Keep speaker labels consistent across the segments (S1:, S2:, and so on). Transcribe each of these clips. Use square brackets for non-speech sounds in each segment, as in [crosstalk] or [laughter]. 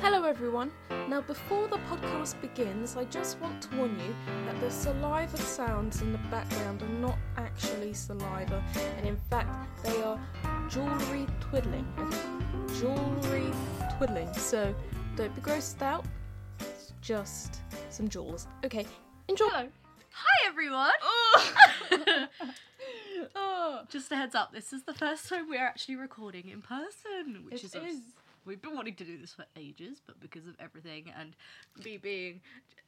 S1: Hello, everyone. Now, before the podcast begins, I just want to warn you that the saliva sounds in the background are not actually saliva, and in fact, they are jewellery twiddling. Jewellery twiddling. So, don't be grossed out, it's just some jewels. Okay, enjoy.
S2: Hello.
S3: Hi everyone!
S1: [laughs]
S2: oh,
S3: Just a heads up, this is the first time we're actually recording in person, which
S2: It
S3: is, obs-
S2: is.
S3: we've been wanting to do this for ages, but because of everything and me being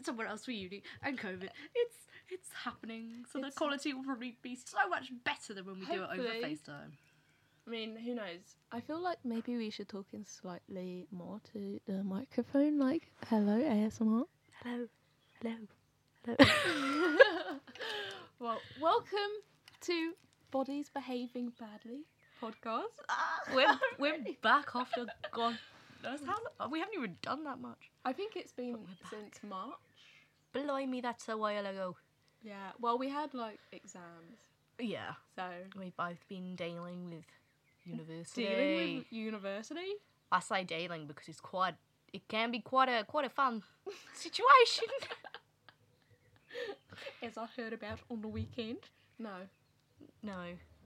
S3: someone else for uni and COVID, it's it's happening. So
S2: It's-
S3: the quality will probably be so much better than when we do it over
S2: Hopefully.
S3: FaceTime.
S2: I mean, who knows?
S1: I feel like maybe we should talk in slightly more to the microphone, like hello ASMR.
S3: Hello, hello.
S2: [laughs]
S1: Well, welcome to Bodies Behaving Badly podcast.
S3: we're [laughs] we're back after God knows how long. We haven't even done that much.
S2: I think it's been
S3: we're back.
S2: since March.
S3: Blimey, that's a while ago.
S2: Yeah. Well, we had like exams,
S3: Yeah,
S2: so
S3: we've both been dealing with university.
S2: dealing with university. [laughs]
S3: I say dealing because it's quite it can be quite a quite a fun [laughs] situation. [laughs]
S2: as I heard about on the weekend. No,
S3: no.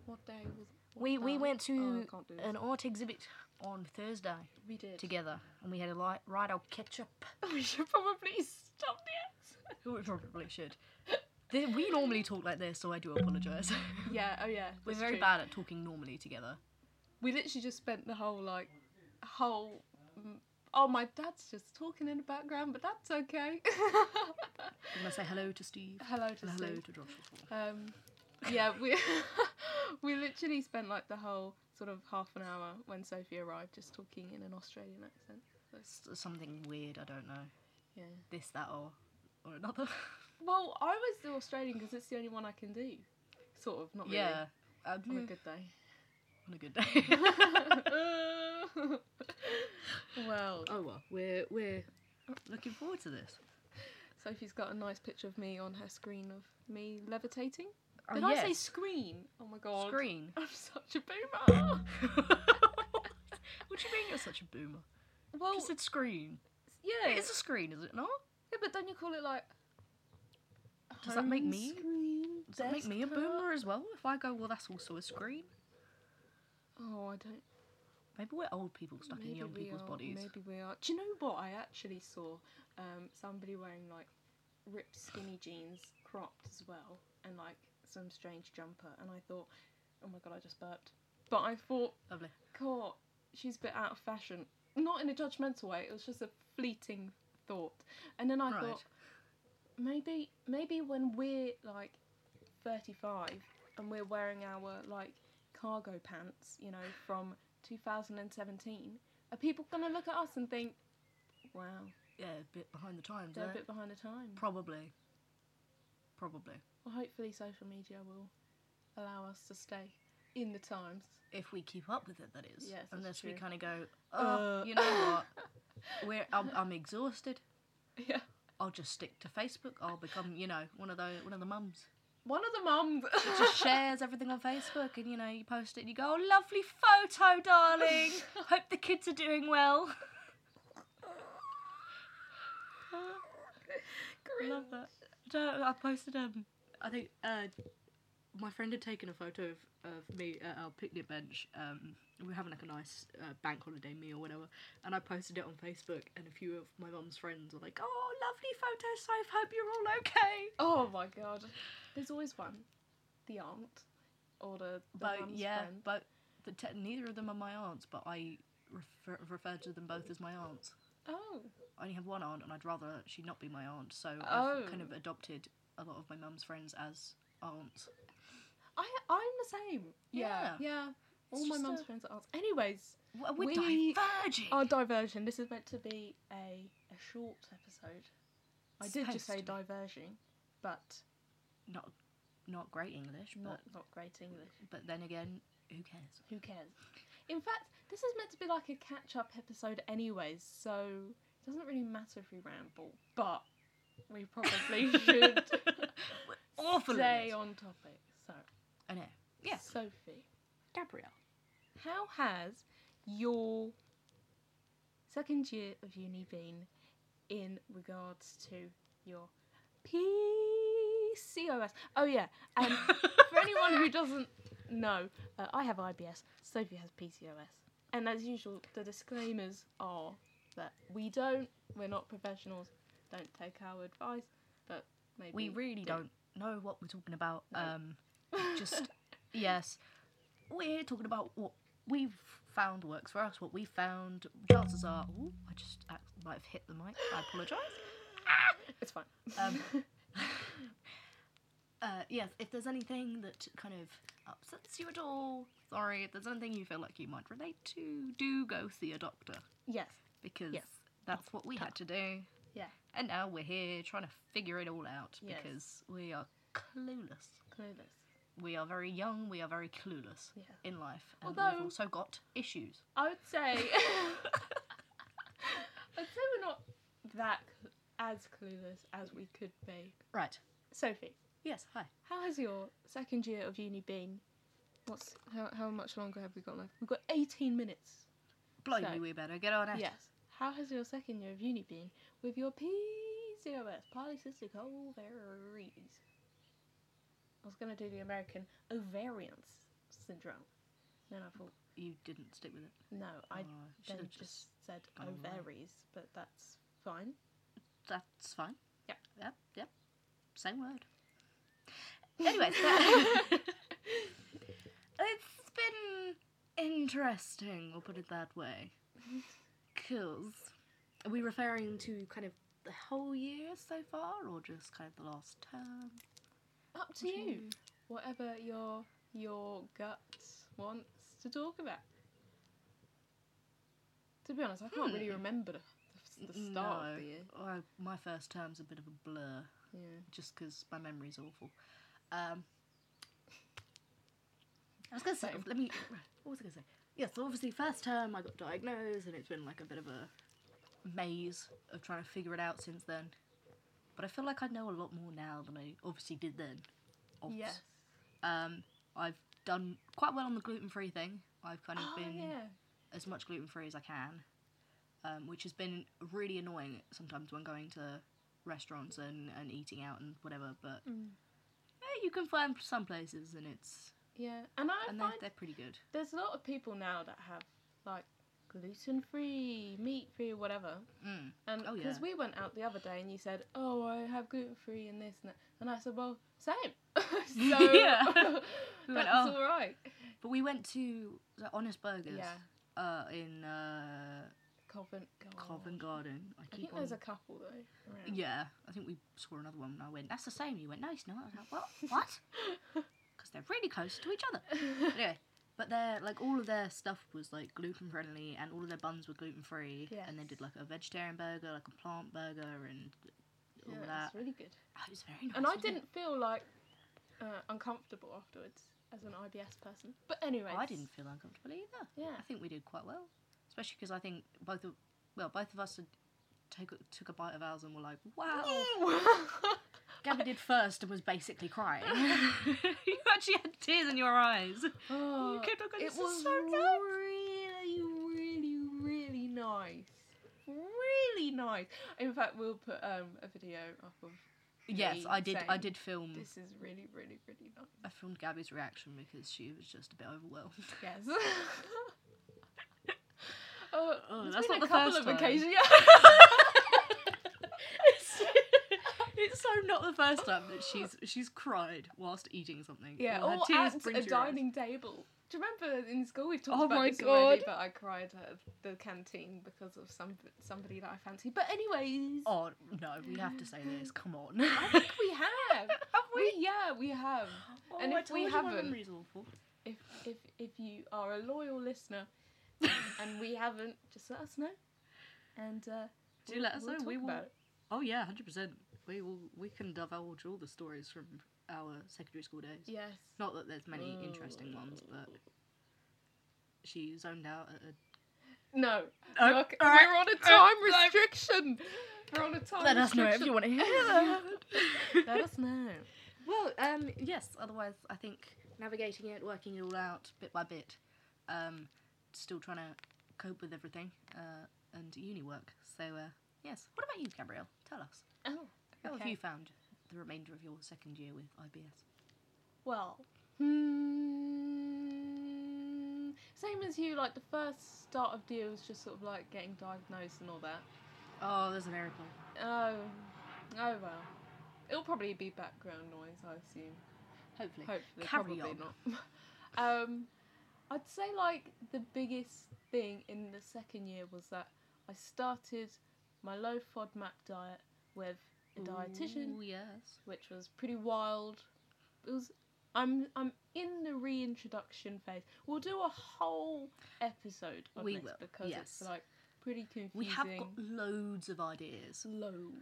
S2: what day was? what
S3: We we
S2: day?
S3: went to
S2: Oh, I can't do this.
S3: an art exhibit on Thursday
S2: we did.
S3: together and we had a light right old catch [laughs] up.
S2: [laughs] we should probably stop this.
S3: We probably should. Th- We normally talk like this, so I do [laughs] apologise.
S2: yeah. Oh yeah.
S3: We're
S2: that's
S3: very
S2: true.
S3: bad at talking normally together.
S2: We literally just spent the whole like whole. mm, Oh, my dad's just talking in the background, but that's [laughs] okay.
S3: I'm gonna say hello to Steve.
S2: Hello to
S3: and hello
S2: Steve.
S3: to Joshua.
S2: Um, yeah, we [laughs] we literally spent like the whole sort of half an hour when Sophie arrived just talking in an Australian accent.
S3: S- Something weird, I don't know.
S2: Yeah.
S3: This, that, or or another. [laughs]
S2: Well, I was the Australian because it's the only one I can do. Sort of, not really.
S3: Yeah. Um,
S2: On a good day.
S3: on a good day. [laughs]
S2: [laughs] well,
S3: oh well, we're we're looking forward to this.
S2: Sophie's got a nice picture of me on her screen of me levitating.
S3: Oh,
S2: Did I say
S3: yes.
S2: screen? Oh my god.
S3: screen?
S2: [laughs] I'm such a boomer.
S3: [laughs] what do you mean you're such a boomer?
S2: well,
S3: You said screen.
S2: yeah.
S3: It is a screen, is it not?
S2: Yeah, but don't you call it like?
S3: Does that make
S2: home
S3: me-
S2: screen,
S3: Does that make
S2: desk
S3: me a
S2: cover?
S3: boomer as well? If I go, well, that's also a screen.
S2: Oh, I don't.
S3: Maybe we're old people stuck in
S2: maybe
S3: young
S2: we
S3: people's
S2: are,
S3: bodies.
S2: Maybe we are. Do you know what? I actually saw um, somebody wearing like ripped skinny jeans, cropped as well, and like some strange jumper, and I thought, oh my god, I just burped. But I thought,
S3: Lovely.
S2: God, she's a bit out of fashion. Not in a judgmental way. It was just a fleeting thought, and then I
S3: Right.
S2: thought, maybe maybe when we're like 35 and we're wearing our like cargo pants you know from 2017 are people gonna look at us and think wow
S3: Yeah, a bit behind the times.
S2: they're
S3: eh?
S2: a bit behind the time
S3: Probably. Probably.
S2: well hopefully social media will allow us to stay in the times
S3: If we keep up with it, that is.
S2: Yes, that's
S3: Unless we
S2: true.
S3: kind of go, oh,
S2: Uh. [laughs]
S3: you [laughs] know what? We're, I'm, I'm exhausted.
S2: yeah
S3: I'll just stick to Facebook. I'll become, you know, one of the one of the mums.
S2: one of the mums
S3: It just
S2: [laughs]
S3: shares everything on Facebook, and you know, you post it, and you go, oh, "Lovely photo, darling.
S2: [laughs]
S3: Hope the kids are doing well." I love that. No, I posted um, I think uh, my friend had taken a photo of, of me at our picnic bench. Um, we were having like a nice uh, bank holiday meal, whatever, and I posted it on Facebook. And a few of my mum's friends were like, "Oh, lovely photo, Soph. Hope you're all okay."
S2: oh my god there's always one the aunt or the, the
S3: But
S2: mum's
S3: yeah,
S2: friend.
S3: but the te- neither of them are my aunts, but I refer, refer to them both as my aunts.
S2: oh
S3: I only have one aunt, and I'd rather she not be my aunt, so
S2: Oh.
S3: I've kind of adopted a lot of my mum's friends as aunts.
S2: I I'm the same. Yeah.
S3: Yeah.
S2: Yeah. All
S3: It's
S2: my
S3: just
S2: mum's
S3: a-
S2: friends are aunts. Anyways,
S3: We're
S2: We
S3: diverging.
S2: our diversion. This is meant to be a, a short episode. I did just
S3: Supposed
S2: say
S3: to be.
S2: diverging, but
S3: not not great English,
S2: not
S3: but
S2: not great English.
S3: but then again, who
S2: [laughs]
S3: cares?
S2: Who cares? In fact, this is meant to be like a catch up episode, anyways. So it doesn't really matter if we ramble, but we
S3: [laughs]
S2: probably should
S3: We're awful. at
S2: stay
S3: this.
S2: on topic. So
S3: I know. Yeah.
S2: Sophie.
S3: Gabrielle.
S2: How has your second year of uni been in regards to your PCOS? Oh yeah, um,
S3: [laughs]
S2: for anyone who doesn't know, uh, I have IBS. Sophie has PCOS, and as usual, the disclaimers are that we don't. We're not professionals. Don't take our advice, but maybe
S3: we really
S2: do.
S3: don't know what we're talking about.
S2: No.
S3: Um,
S2: [laughs]
S3: just yes, we're talking about what we've found works for us. What we found. Chances are, ooh, I just act, might have hit the mic. I apologise.
S2: it's fine.
S3: Um, uh, yes, if there's anything that kind of upsets you at all, sorry. If there's anything you feel like you might relate to, do go see a doctor
S2: Yes.
S3: because
S2: Yes.
S3: that's what we had to do.
S2: Yeah.
S3: And now we're here trying to figure it all out
S2: Yes.
S3: because we are clueless.
S2: Clueless.
S3: We are very young, we are very clueless
S2: Yeah.
S3: in life. And
S2: Although-
S3: we've also got issues.
S2: I would say. [laughs] I'd say we're not that cl- as clueless as we could be.
S3: Right.
S2: Sophie,
S3: Yes, hi.
S2: how has your second year of uni been? What's how, how much longer have we got left? We've got 18 minutes.
S3: Blimey,
S2: So-
S3: we better get on it.
S2: Yes. How has your second year of uni been with your PCOS, polycystic ovaries? I was going to do the American ovarian s- syndrome. Then I thought,
S3: You didn't stick with it.
S2: no, I
S3: Oh,
S2: then
S3: should have
S2: just,
S3: just.
S2: said
S3: gone away.
S2: ovaries, but that's fine.
S3: That's fine.
S2: Yep.
S3: Yep, yep. Same word.
S2: [laughs]
S3: Anyway, [laughs] so- it's been interesting, we'll put it that way. Because. Are we referring to kind of the whole year so far, or just kind of the last term?
S2: Up to you. Whatever your your gut wants to talk about. To be honest, I can't really
S3: Hmm.
S2: remember the, the start of
S3: No.
S2: the year.
S3: Oh, my first term's a bit of a blur,
S2: Yeah.
S3: just because my memory's awful. Um, I was gonna say,
S2: Same.
S3: let me. What was I gonna say? Yeah, so obviously, first term I got diagnosed, and it's been like a bit of a maze of trying to figure it out since then. But I feel like I know a lot more now than I obviously did then. Obs.
S2: Yes.
S3: Um, I've done quite well on the gluten free thing. I've kind of
S2: Oh,
S3: been
S2: yeah.
S3: as much gluten free as I can, um, which has been really annoying sometimes when going to restaurants and, and eating out and whatever. But
S2: Mm.
S3: eh, you can find some places and it's
S2: Yeah. And I
S3: and they're,
S2: find
S3: they're pretty good.
S2: there's a lot of people now that have like gluten free, meat free, whatever.
S3: Mm.
S2: And
S3: Oh,
S2: because
S3: yeah.
S2: we went out the other day and you said, "Oh, I have gluten free and this and that," and I said, "Well, same." [laughs] so
S3: [laughs]
S2: [laughs]
S3: Yeah. We went,
S2: that's
S3: "Oh."
S2: all right.
S3: But we went to the Honest Burgers
S2: Yeah,
S3: uh, in uh,
S2: Covent Garden.
S3: Covent Garden.
S2: Oh, I think
S3: on-
S2: there's a couple though. Around. [laughs]
S3: Yeah, I think we saw another one and I went, that's the same. You went, no, it's not. I was like, what? What?
S2: [laughs]
S3: Because they're really close to each other. anyway, but their like all of their stuff was like gluten friendly, and all of their buns were gluten free. And they
S2: Yes.
S3: did like a vegetarian burger, like a plant burger, and all
S2: Yeah,
S3: that.
S2: it's really good.
S3: Oh, it was very nice.
S2: And I
S3: wasn't it?
S2: didn't feel like uh, uncomfortable afterwards as an IBS person. But anyway,
S3: I didn't feel uncomfortable either.
S2: Yeah.
S3: I think we did quite well, especially because I think both of well both of us had take, took a bite of ours and were like, wow.
S2: Oh. [laughs]
S3: Gabby did first and was basically crying. [laughs] you actually had tears in your eyes.
S2: Oh,
S3: You kept on going,
S2: it
S3: "This is
S2: was
S3: so nice."
S2: really, really, really nice. Really nice. In fact, we'll put um, a video up of
S3: Yes,
S2: Me
S3: I did. I
S2: saying,
S3: did film.
S2: this is really, really, really nice.
S3: I filmed Gabby's reaction because she was just a bit
S2: [laughs]
S3: overwhelmed.
S2: Yes. oh,
S3: Oh,
S2: there's
S3: that's
S2: been
S3: not
S2: a
S3: the
S2: couple
S3: first
S2: of
S3: time.
S2: occasions. [laughs]
S3: it's so not the first time that she's she's cried whilst eating something.
S2: Yeah,
S3: Or her
S2: or
S3: tears
S2: at
S3: bring
S2: a
S3: to your eyes.
S2: dining table. Do you remember in school we've talked
S3: Oh
S2: about
S3: my
S2: this already?
S3: God.
S2: But I cried at the canteen because of some somebody that I fancy. But anyways,
S3: Oh no, we have to say this. Come on.
S2: [laughs] I think we
S3: [laughs]
S2: have. we? Yeah, we have.
S3: Oh,
S2: and
S3: I
S2: if we
S3: told you my
S2: haven't-
S3: memory's awful.
S2: If if if you are a loyal listener
S3: [laughs]
S2: and we haven't, just let us know. And uh,
S3: Do let us know,
S2: talk
S3: we will-
S2: about it.
S3: Oh yeah, hundred percent. We will. We can divulge all the stories from our secondary school days.
S2: Yes.
S3: Not that there's many
S2: Oh.
S3: interesting ones, but she zoned out at a
S2: No.
S3: Oh,
S2: Look,
S3: all right.
S2: We're on a
S3: Uh,
S2: time
S3: no.
S2: restriction. We're on a time
S3: Let us know
S2: restriction.
S3: if you want to
S2: [laughs]
S3: hear that.
S2: Let us know.
S3: Well, um, yes. Otherwise, I think navigating it, working it all out bit by bit, um, still trying to cope with everything. Uh, and uni work. So uh, yes. What about you, Gabrielle? Tell us.
S2: Oh,
S3: How have
S2: okay.
S3: you found the remainder of your second year with IBS?
S2: Well, hmm, same as you. Like the first start of deal was just sort of like getting diagnosed and all that.
S3: Oh, there's an airplane.
S2: Oh, oh well. It'll probably be background noise, I assume.
S3: Hopefully.
S2: Hopefully, probably
S3: Carry
S2: not. [laughs] um, I'd say like the biggest thing in the second year was that I started my low FODMAP diet with a dietitian,
S3: Ooh, yes.
S2: which was pretty wild. It was. I'm I'm in the reintroduction phase. We'll do a whole episode on
S3: We
S2: this
S3: will,
S2: because
S3: yes.
S2: it's like pretty confusing.
S3: We have got loads of ideas,
S2: loads.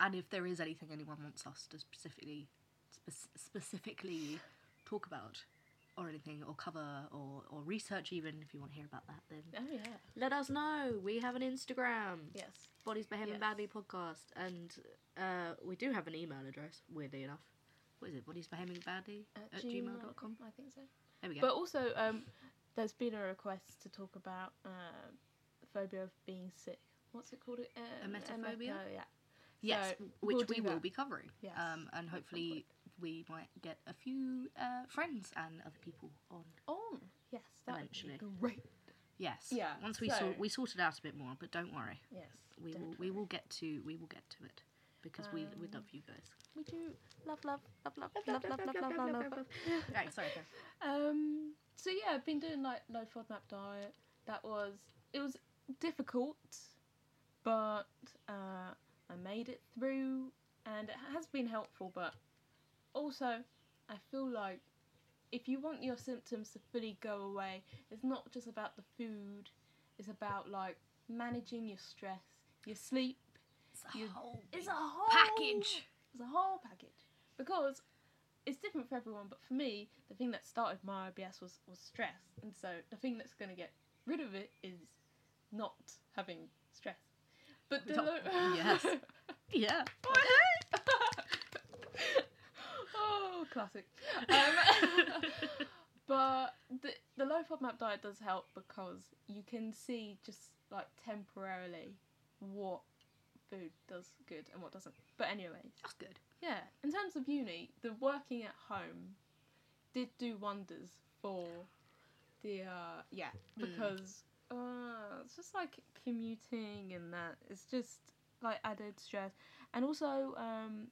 S3: and if there is anything anyone wants us to specifically, spec- specifically talk about, or anything, or cover, or or research, even if you want to hear about that, then
S2: Oh yeah.
S3: let us know. We have an Instagram.
S2: Yes.
S3: Bodies Behaving
S2: Yes.
S3: Badly podcast, and uh, we do have an email address, weirdly enough. What is it? Bodies Behaving Badly at, gmail dot com.
S2: I think so.
S3: There we go.
S2: But also, um, there's been a request to talk about um, phobia of being sick. What's it called? Um,
S3: Emetophobia?
S2: emet- yeah.
S3: yes,
S2: so
S3: which
S2: we'll
S3: we
S2: do
S3: will
S2: that.
S3: be covering.
S2: Yes.
S3: Um, and hopefully we might get a few uh, friends and other people on.
S2: Oh, yes, that
S3: Eventually.
S2: would be great.
S3: Yes.
S2: Yeah,
S3: Once we
S2: so-
S3: sort we sorted out a bit more, but don't worry,
S2: Yes,
S3: we will
S2: definitely.
S3: we will get to we will get to it because we we
S2: Um,
S3: love you guys.
S2: We do love, love, love, love, love, love, love, love, love, love.
S3: [laughs] right, sorry.
S2: [laughs]
S3: go.
S2: Um. So yeah, I've been doing like low FODMAP diet. That was it was difficult, but uh, I made it through, and it has been helpful. But also, I feel like if you want your symptoms to fully go away, it's not just about the food. It's about like managing your stress, your sleep.
S3: It's a
S2: You-
S3: whole
S2: It's a
S3: big
S2: whole
S3: package.
S2: it's a whole package because it's different for everyone but for me the thing that started my ibs was, was stress and so the thing that's going to get rid of it is not having stress but the
S3: Oh,
S2: [laughs]
S3: yes. [laughs] Yeah.
S2: oh classic um, but the, the low FODMAP diet does help because you can see just like temporarily what food does good and what doesn't but anyway
S3: [laughs] That's good.
S2: yeah, in terms of uni, the working at home did do wonders for the uh yeah because uh it's just like commuting and that it's just like added stress and also um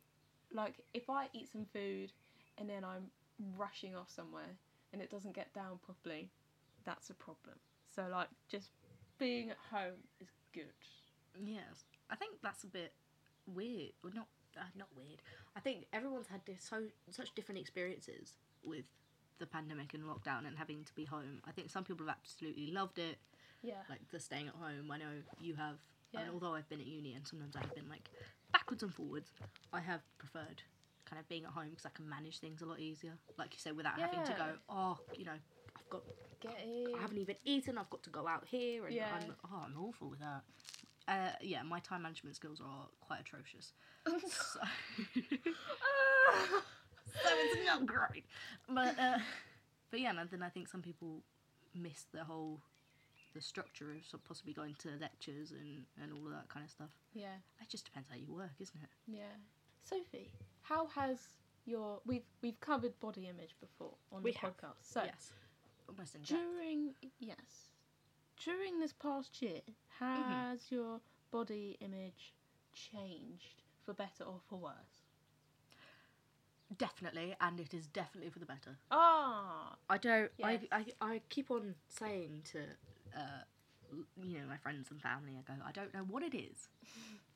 S2: like if I eat some food and then I'm rushing off somewhere and it doesn't get down properly, that's a problem. So like just being at home is good.
S3: Yes, I think that's a bit weird. Well, not uh, not weird. I think everyone's had this so such different experiences with the pandemic and lockdown and having to be home. I think some people have absolutely loved it,
S2: Yeah.
S3: like the staying at home. I know you have,
S2: Yeah.
S3: and although I've been at uni and sometimes I've been like backwards and forwards, I have preferred kind of being at home because I can manage things a lot easier. Like you said, without having to go,
S2: Yeah.
S3: oh, you know, I've got
S2: Getting [laughs]
S3: I haven't even eaten. I've got to go out here, and
S2: Yeah.
S3: I'm oh, I'm awful with that. Uh, yeah, my time management skills are quite
S2: [laughs]
S3: atrocious. So, [laughs]
S2: Ah!
S3: so it's not great. But uh, but yeah, and then I think some people miss the whole the structure of so- possibly going to lectures and and all of that kind of stuff.
S2: yeah.
S3: It just depends how you work, isn't it?
S2: Yeah. Sophie, how has your we've we've covered body image before on
S3: We
S2: the
S3: have,
S2: podcast. So
S3: yes, almost in depth.
S2: during yes. During this past year, has
S3: Mm-hmm.
S2: your body image changed for better or for worse?
S3: definitely, and it is definitely for the better.
S2: Ah
S3: I don't.
S2: Yes.
S3: I, I I keep on saying to uh, l- you know my friends and family. I go. I don't know what it [laughs] is,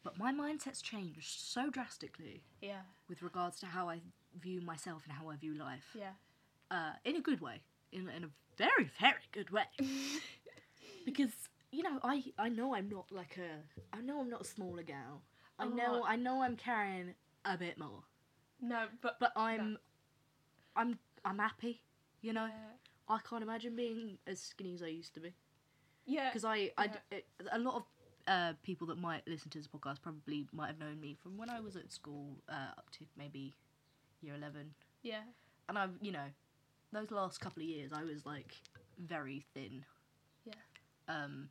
S3: but my mindset's changed so drastically
S2: yeah,
S3: with regards to how I view myself and how I view life.
S2: yeah.
S3: Uh, in a good way. In in a very very good way. [laughs] because you know I I know I'm not like a I know I'm not a smaller gal. I
S2: Oh.
S3: know I know I'm carrying a bit more,
S2: No, but,
S3: but I'm I'm I'm happy. You know.
S2: uh,
S3: I can't imagine being as skinny as I used to be
S2: yeah.
S3: because I, I d- it- a lot of uh, people that might listen to this podcast probably might have known me from when I was at school uh, up to maybe year eleven,
S2: Yeah.
S3: and I've you know those last couple of years I was like very thin.
S2: Yeah.
S3: Um,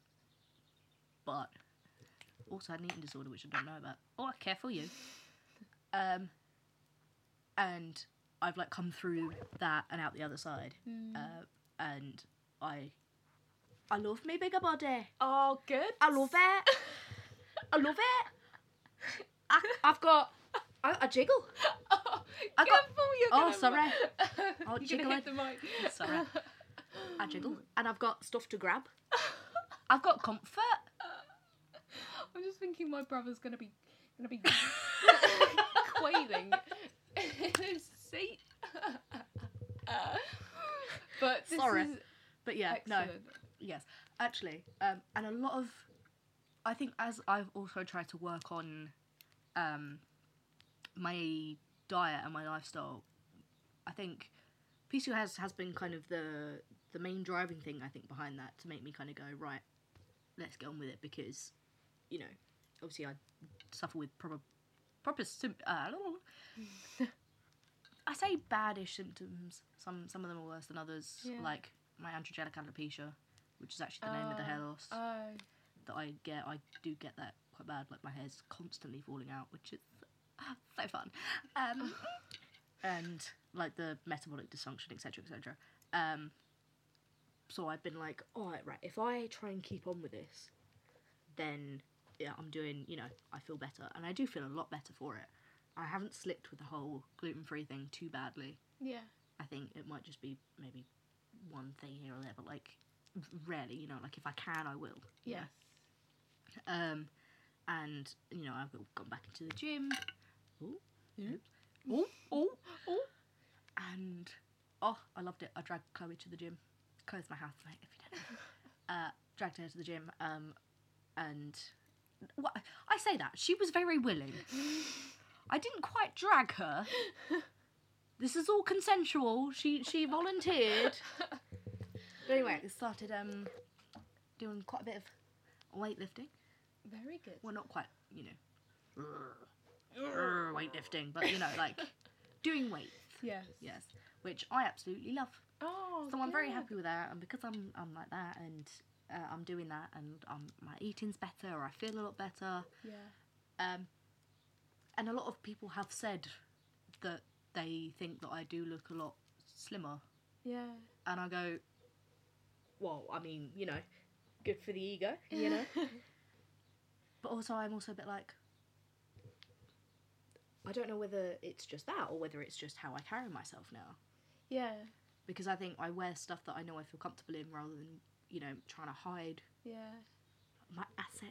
S3: but also had an eating disorder, which I don't know about. Oh, careful you. Um, and I've like come through that and out the other side,
S2: Mm.
S3: uh, and I, I love me bigger body.
S2: Oh, good.
S3: I love [laughs] it. I love it. I, I've got. I, I jiggle.
S2: [laughs] Oh,
S3: I got-
S2: careful, you're
S3: oh,
S2: gonna- [laughs]
S3: sorry. I'll
S2: you're
S3: jiggle
S2: gonna hit
S3: it.
S2: the mic.
S3: Sorry.
S2: [laughs]
S3: I jiggle, and I've got stuff to grab. I've got comfort.
S2: I'm just thinking my brother's gonna be gonna be [laughs] quailing in his seat. but this
S3: Sorry.
S2: is
S3: But yeah, no.
S2: excellent.
S3: Yes, actually, um, and a lot of, I think as I've also tried to work on, um, my diet and my lifestyle, I think PCOS has has been kind of the the main driving thing I think behind that to make me kind of go right, let's get on with it because, you know, obviously I suffer with proper proper sim- uh, [laughs] I say badish symptoms. Some some of them are worse than others,
S2: Yeah.
S3: like my androgenic alopecia, which is actually the name of the hair
S2: Oh,
S3: loss
S2: Oh,
S3: that I get. I do get that quite bad. Like my hair's constantly falling out, which is [laughs] so fun.
S2: [laughs]
S3: Um, and like the metabolic dysfunction, etc., etc. Um, so I've been like, all right, right. If I try and keep on with this, then yeah, I'm doing. You know, I feel better, and I do feel a lot better for it. I haven't slipped with the whole gluten-free thing too badly.
S2: yeah.
S3: I think it might just be maybe one thing here or there, but like rarely, you know, like if I can, I will. you
S2: Yes.
S3: know? Um, and you know, I've gone back into the gym. Ooh, oops. Ooh, ooh, ooh. And oh, I loved it. I dragged Chloe to the gym. Chloe's my housemate, if you [laughs] don't know. uh, dragged her to the gym. Um, and what I say that she was very willing. I didn't quite drag her. This is all consensual. She she volunteered. But anyway, I started um doing quite a bit of weightlifting.
S2: [laughs] Very good.
S3: Well, not quite, you know, Urgh, weightlifting, but you know, like doing weights.
S2: Yes.
S3: Yes, which I absolutely love.
S2: Oh,
S3: So I'm very
S2: good.
S3: happy with that, and because I'm I'm like that, and uh, I'm doing that, and um, my eating's better, or I feel a lot better.
S2: Yeah.
S3: Um, and a lot of people have said that they think that I do look a lot slimmer
S2: Yeah.
S3: and I go, well, I mean, you know, good for the ego, you know. [laughs] but also, I'm also a bit like, I don't know whether it's just that or whether it's just how I carry myself now,
S2: [laughs] Yeah.
S3: because I think I wear stuff that I know I feel comfortable in rather than you know trying to hide [laughs]
S2: Yeah.
S3: my assets.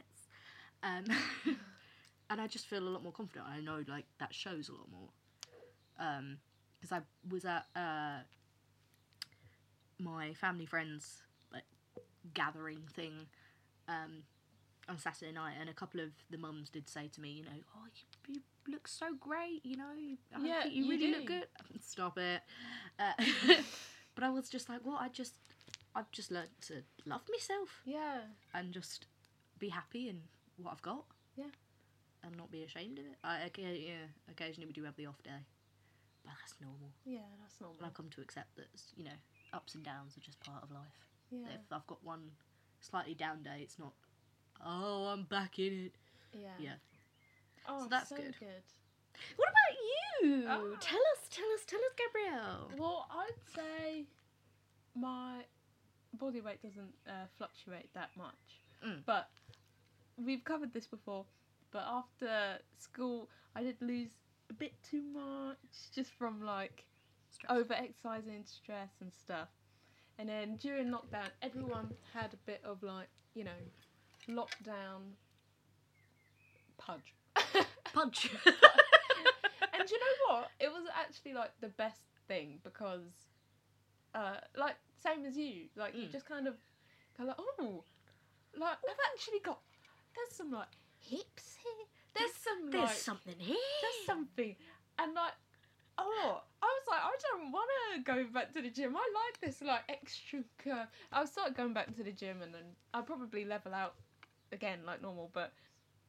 S3: Um, [laughs] and I just feel a lot more confident. I know like that shows a lot more. Um 'cause because I was at uh, my family friends like gathering thing um, on Saturday night, and a couple of the mums did say to me, you know, oh, you, you look so great, you know, you- I
S2: Yeah,
S3: think you,
S2: you
S3: really
S2: do.
S3: look good. [laughs] Stop it. Uh, [laughs] but I was just like, well, I just, I've just learnt to love myself
S2: Yeah.
S3: and just be happy in what I've got.
S2: Yeah.
S3: And not be ashamed of it. I, okay, yeah, occasionally we do have the off day, but that's normal.
S2: Yeah. That's normal.
S3: And I've come to accept that, you know, ups and downs are just part of life.
S2: Yeah.
S3: If I've got one slightly down day, it's not, oh, I'm back in it.
S2: Yeah.
S3: yeah.
S2: Oh,
S3: So that's
S2: so
S3: good.
S2: good.
S3: What about you?
S2: Oh.
S3: Tell us, tell us, tell us, Gabrielle.
S2: Well, I'd say my body weight doesn't uh, fluctuate that much,
S3: Mm.
S2: but we've covered this before. But after school, I did lose a bit too much just from like
S3: Stress. Oh, [laughs]
S2: over exercising, stress, and stuff. And then during lockdown, everyone had a bit of like you know lockdown pudge.
S3: punch. [laughs]
S2: and do you know what? It was actually like the best thing because, uh, like same as you, like you
S3: Mm.
S2: just kind of, kind of like, oh, like I've actually got. There's some like hips here. There's some
S3: There's
S2: like
S3: something here.
S2: there's something, and like. Oh, I was like, I don't want to go back to the gym. I like this like extra curve. I'll start going back to the gym, and then I'll probably level out again like normal. But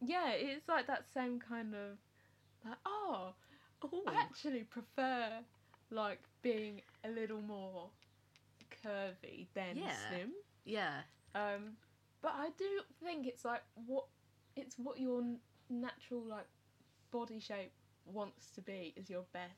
S2: yeah, it's like that same kind of like, oh,
S3: Ooh.
S2: I actually prefer like being a little more curvy than
S3: Yeah.
S2: slim.
S3: Yeah.
S2: Um, but I do think it's like what it's what your n- natural like body shape wants to be is your best.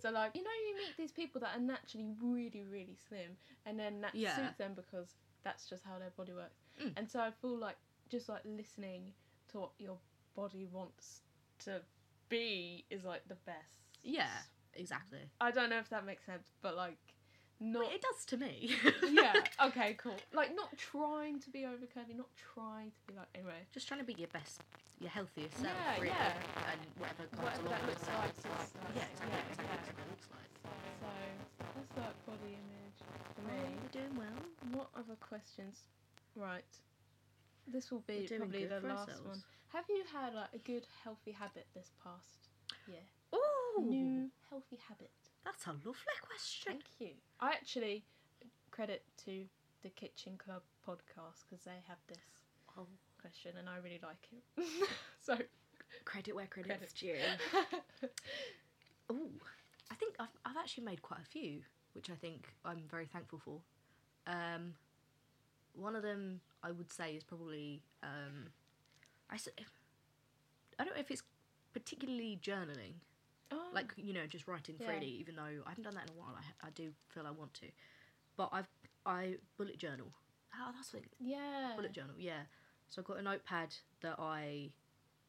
S2: So like you know you meet these people that are naturally really really slim, and then that
S3: Yeah.
S2: suits them because that's just how their body works.
S3: Mm.
S2: And so I feel like just like listening to what your body wants to be is like the best.
S3: Yeah. Exactly.
S2: I don't know if that makes sense, but like not
S3: It does to me. [laughs]
S2: yeah. Okay. Cool. Like not trying to be over curvy, not trying to be like anyway.
S3: Just trying to be your best, your healthiest self,
S2: Yeah,
S3: really,
S2: yeah.
S3: and whatever comes
S2: Whatever
S3: along
S2: that
S3: with
S2: looks
S3: that.
S2: like. it's just like-
S3: Yeah, exactly.
S2: yeah,
S3: exactly
S2: yeah.
S3: that's what it looks like.
S2: So that's like body image for
S3: Well,
S2: me.
S3: We're doing well.
S2: What other questions? Right. This will be
S3: We're doing
S2: probably
S3: good
S2: the
S3: for
S2: last one.
S3: ourselves.
S2: Have you had like a good healthy habit this past year?
S3: Ooh,
S2: New healthy habit.
S3: that's a lovely question.
S2: Thank you. I actually credit to the Kitchen Club podcast because they have this
S3: Oh,
S2: question and I really like it.
S3: [laughs]
S2: so
S3: credit where credit's
S2: Credit.
S3: due. Ooh, I think I've, I've actually made quite a few, which I think I'm very thankful for. Um, one of them I would say is probably um, I s- if- I don't know if it's particularly journaling,
S2: [laughs] Oh,
S3: like you know just writing
S2: Yeah.
S3: freely. Even though I haven't done that in a while, I, ha- I do feel I want to. But I've I bullet journal. Oh, that's what
S2: yeah.
S3: bullet journal yeah so i've got a notepad that i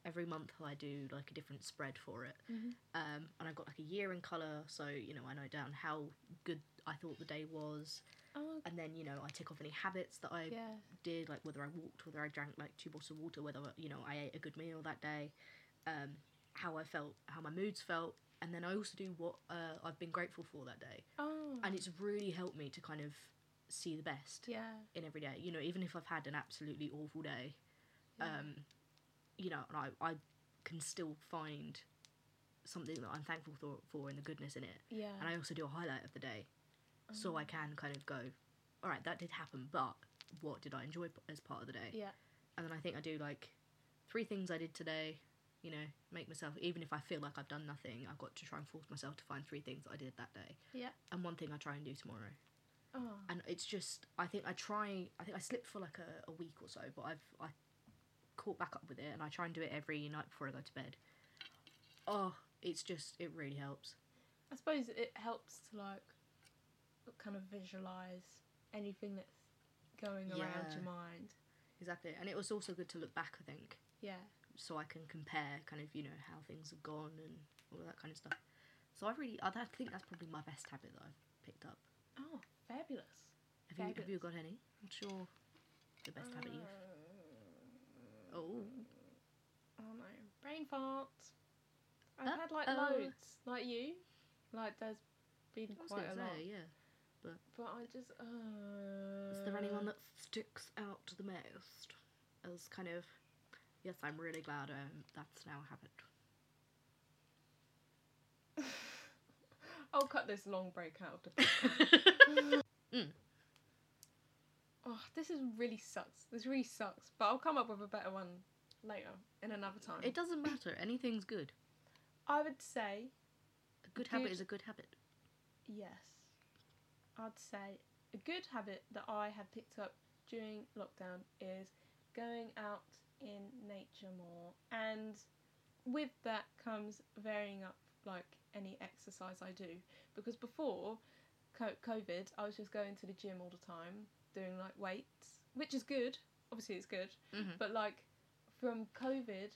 S3: every month i do like a different spread for it
S2: Mhm.
S3: um, and i've got like a year in color so you know i note down how good i thought the day was
S2: Oh,
S3: and then you know i tick off any habits that i
S2: yeah.
S3: did like whether i walked whether i drank like two bottles of water whether you know i ate a good meal that day um, how i felt how my moods felt and then i also do what uh, i've been grateful for that day
S2: Oh,
S3: and it's really helped me to kind of see the best
S2: yeah.
S3: in every day. You know, even if I've had an absolutely awful day,
S2: Yeah.
S3: um, you know, and I, I can still find something that I'm thankful for, for and the goodness in it.
S2: Yeah.
S3: And I also do a highlight of the day,
S2: Oh.
S3: so
S2: Mm.
S3: I can kind of go, all right, that did happen, but what did I enjoy p- as part of the day?
S2: yeah.
S3: And then I think I do like three things I did today. You know, make myself even if I feel like I've done nothing, I've got to try and force myself to find three things that I did that day.
S2: Yeah.
S3: And one thing I try and do tomorrow
S2: Oh,
S3: and it's just I think I try I think I slipped for like a, a week or so but I've I caught back up with it and I try and do it every night before I go to bed oh it's just it really helps
S2: I suppose it helps to like kind of visualize anything that's going around
S3: Yeah.
S2: your mind.
S3: exactly and it was also good to look back I think
S2: Yeah.
S3: so I can compare kind of you know how things have gone and all of that kind of stuff so I really I th- think that's probably my best habit that I've picked up
S2: Oh, fabulous.
S3: have you, have you
S2: Fabulous.
S3: got any what's your the best habit
S2: Uh,
S3: you've oh
S2: Oh no, brain farts. I've had like
S3: Uh-oh.
S2: loads, like you. Like there's been
S3: I was
S2: quite
S3: gonna
S2: a lot,
S3: say, yeah
S2: but I just. Uh,
S3: Is there anyone that sticks out the most? As kind of, yes, I'm really glad um, that's now a habit.
S2: [laughs] [laughs] I'll cut this long break out of the podcast.
S3: [laughs]
S2: Oh, this is really sucks. This really sucks. But I'll come up with a better one later in another time.
S3: it doesn't matter. Anything's good.
S2: I would say
S3: A good
S2: Good.
S3: habit is a good habit.
S2: yes. I'd say a good habit that I have picked up during lockdown is going out in nature more, and with that comes varying up like any exercise I do. Because before co- COVID, I was just going to the gym all the time, doing like weights, which is good. Obviously, it's good.
S3: Mhm.
S2: But like from COVID,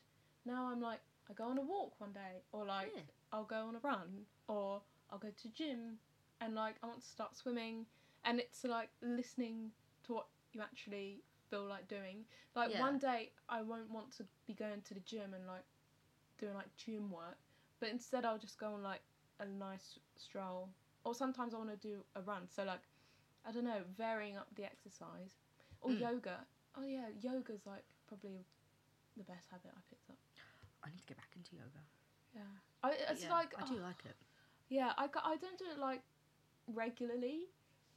S2: now I'm like I go on a walk one day, or like
S3: Yeah.
S2: I'll go on a run, or I'll go to gym, and like I want to start swimming, and it's like listening to what you actually feel like doing. Like
S3: Yeah.
S2: one day I won't want to be going to the gym and like doing like gym work, but instead I'll just go on like a nice stroll, or sometimes I want to do a run. So like I don't know, varying up the exercise or
S3: Mm.
S2: yoga. Oh yeah, yoga's like probably the best habit I picked up.
S3: I need to get back into yoga.
S2: Yeah, I, it's
S3: Yeah,
S2: like
S3: I do
S2: oh,
S3: like it.
S2: yeah, I, ca- I don't do it like regularly,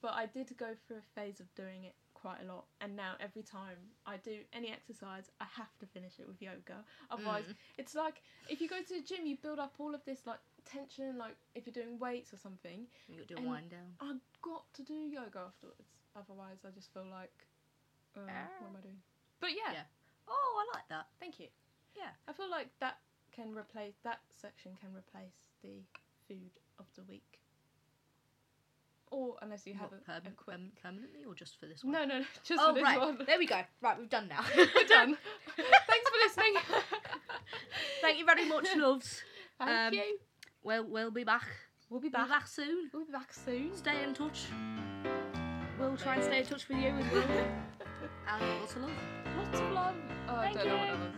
S2: but I did go through a phase of doing it quite a lot, and now every time I do any exercise, I have to finish it with yoga. Otherwise,
S3: Mm.
S2: it's like if you go to the gym, you build up all of this like tension, like if you're doing weights or something.
S3: You got to do a
S2: and-
S3: wind down.
S2: I've got to do yoga afterwards. Otherwise, I just feel like, um,
S3: Ah.
S2: what am I doing? But yeah,
S3: Yeah. oh, I like that.
S2: Thank you.
S3: Yeah.
S2: I feel like that can replace that section can replace the food of the week. Or unless you have
S3: What,
S2: a, a
S3: perm-
S2: quick.
S3: perm- permanently or just for this
S2: [laughs]
S3: one?
S2: No, no, [laughs] no. Just
S3: oh,
S2: for this
S3: right.
S2: one.
S3: There we go. Right, we've done now.
S2: [laughs] We're
S3: [laughs]
S2: done. Thanks for listening.
S3: Thank
S2: [laughs]
S3: you very much, loves.
S2: Thank
S3: Um,
S2: you.
S3: Well, we'll be back.
S2: We'll be
S3: We'll be
S2: back.
S3: back soon.
S2: We'll be back soon.
S3: Stay in touch. We'll try and stay in touch with you as well. and lots of love.
S2: Lots of love. Oh, I
S3: Thank
S2: don't know what
S3: you.
S2: that was.
S3: I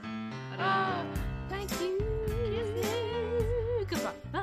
S3: don't know.
S2: Ah, thank you. Goodbye.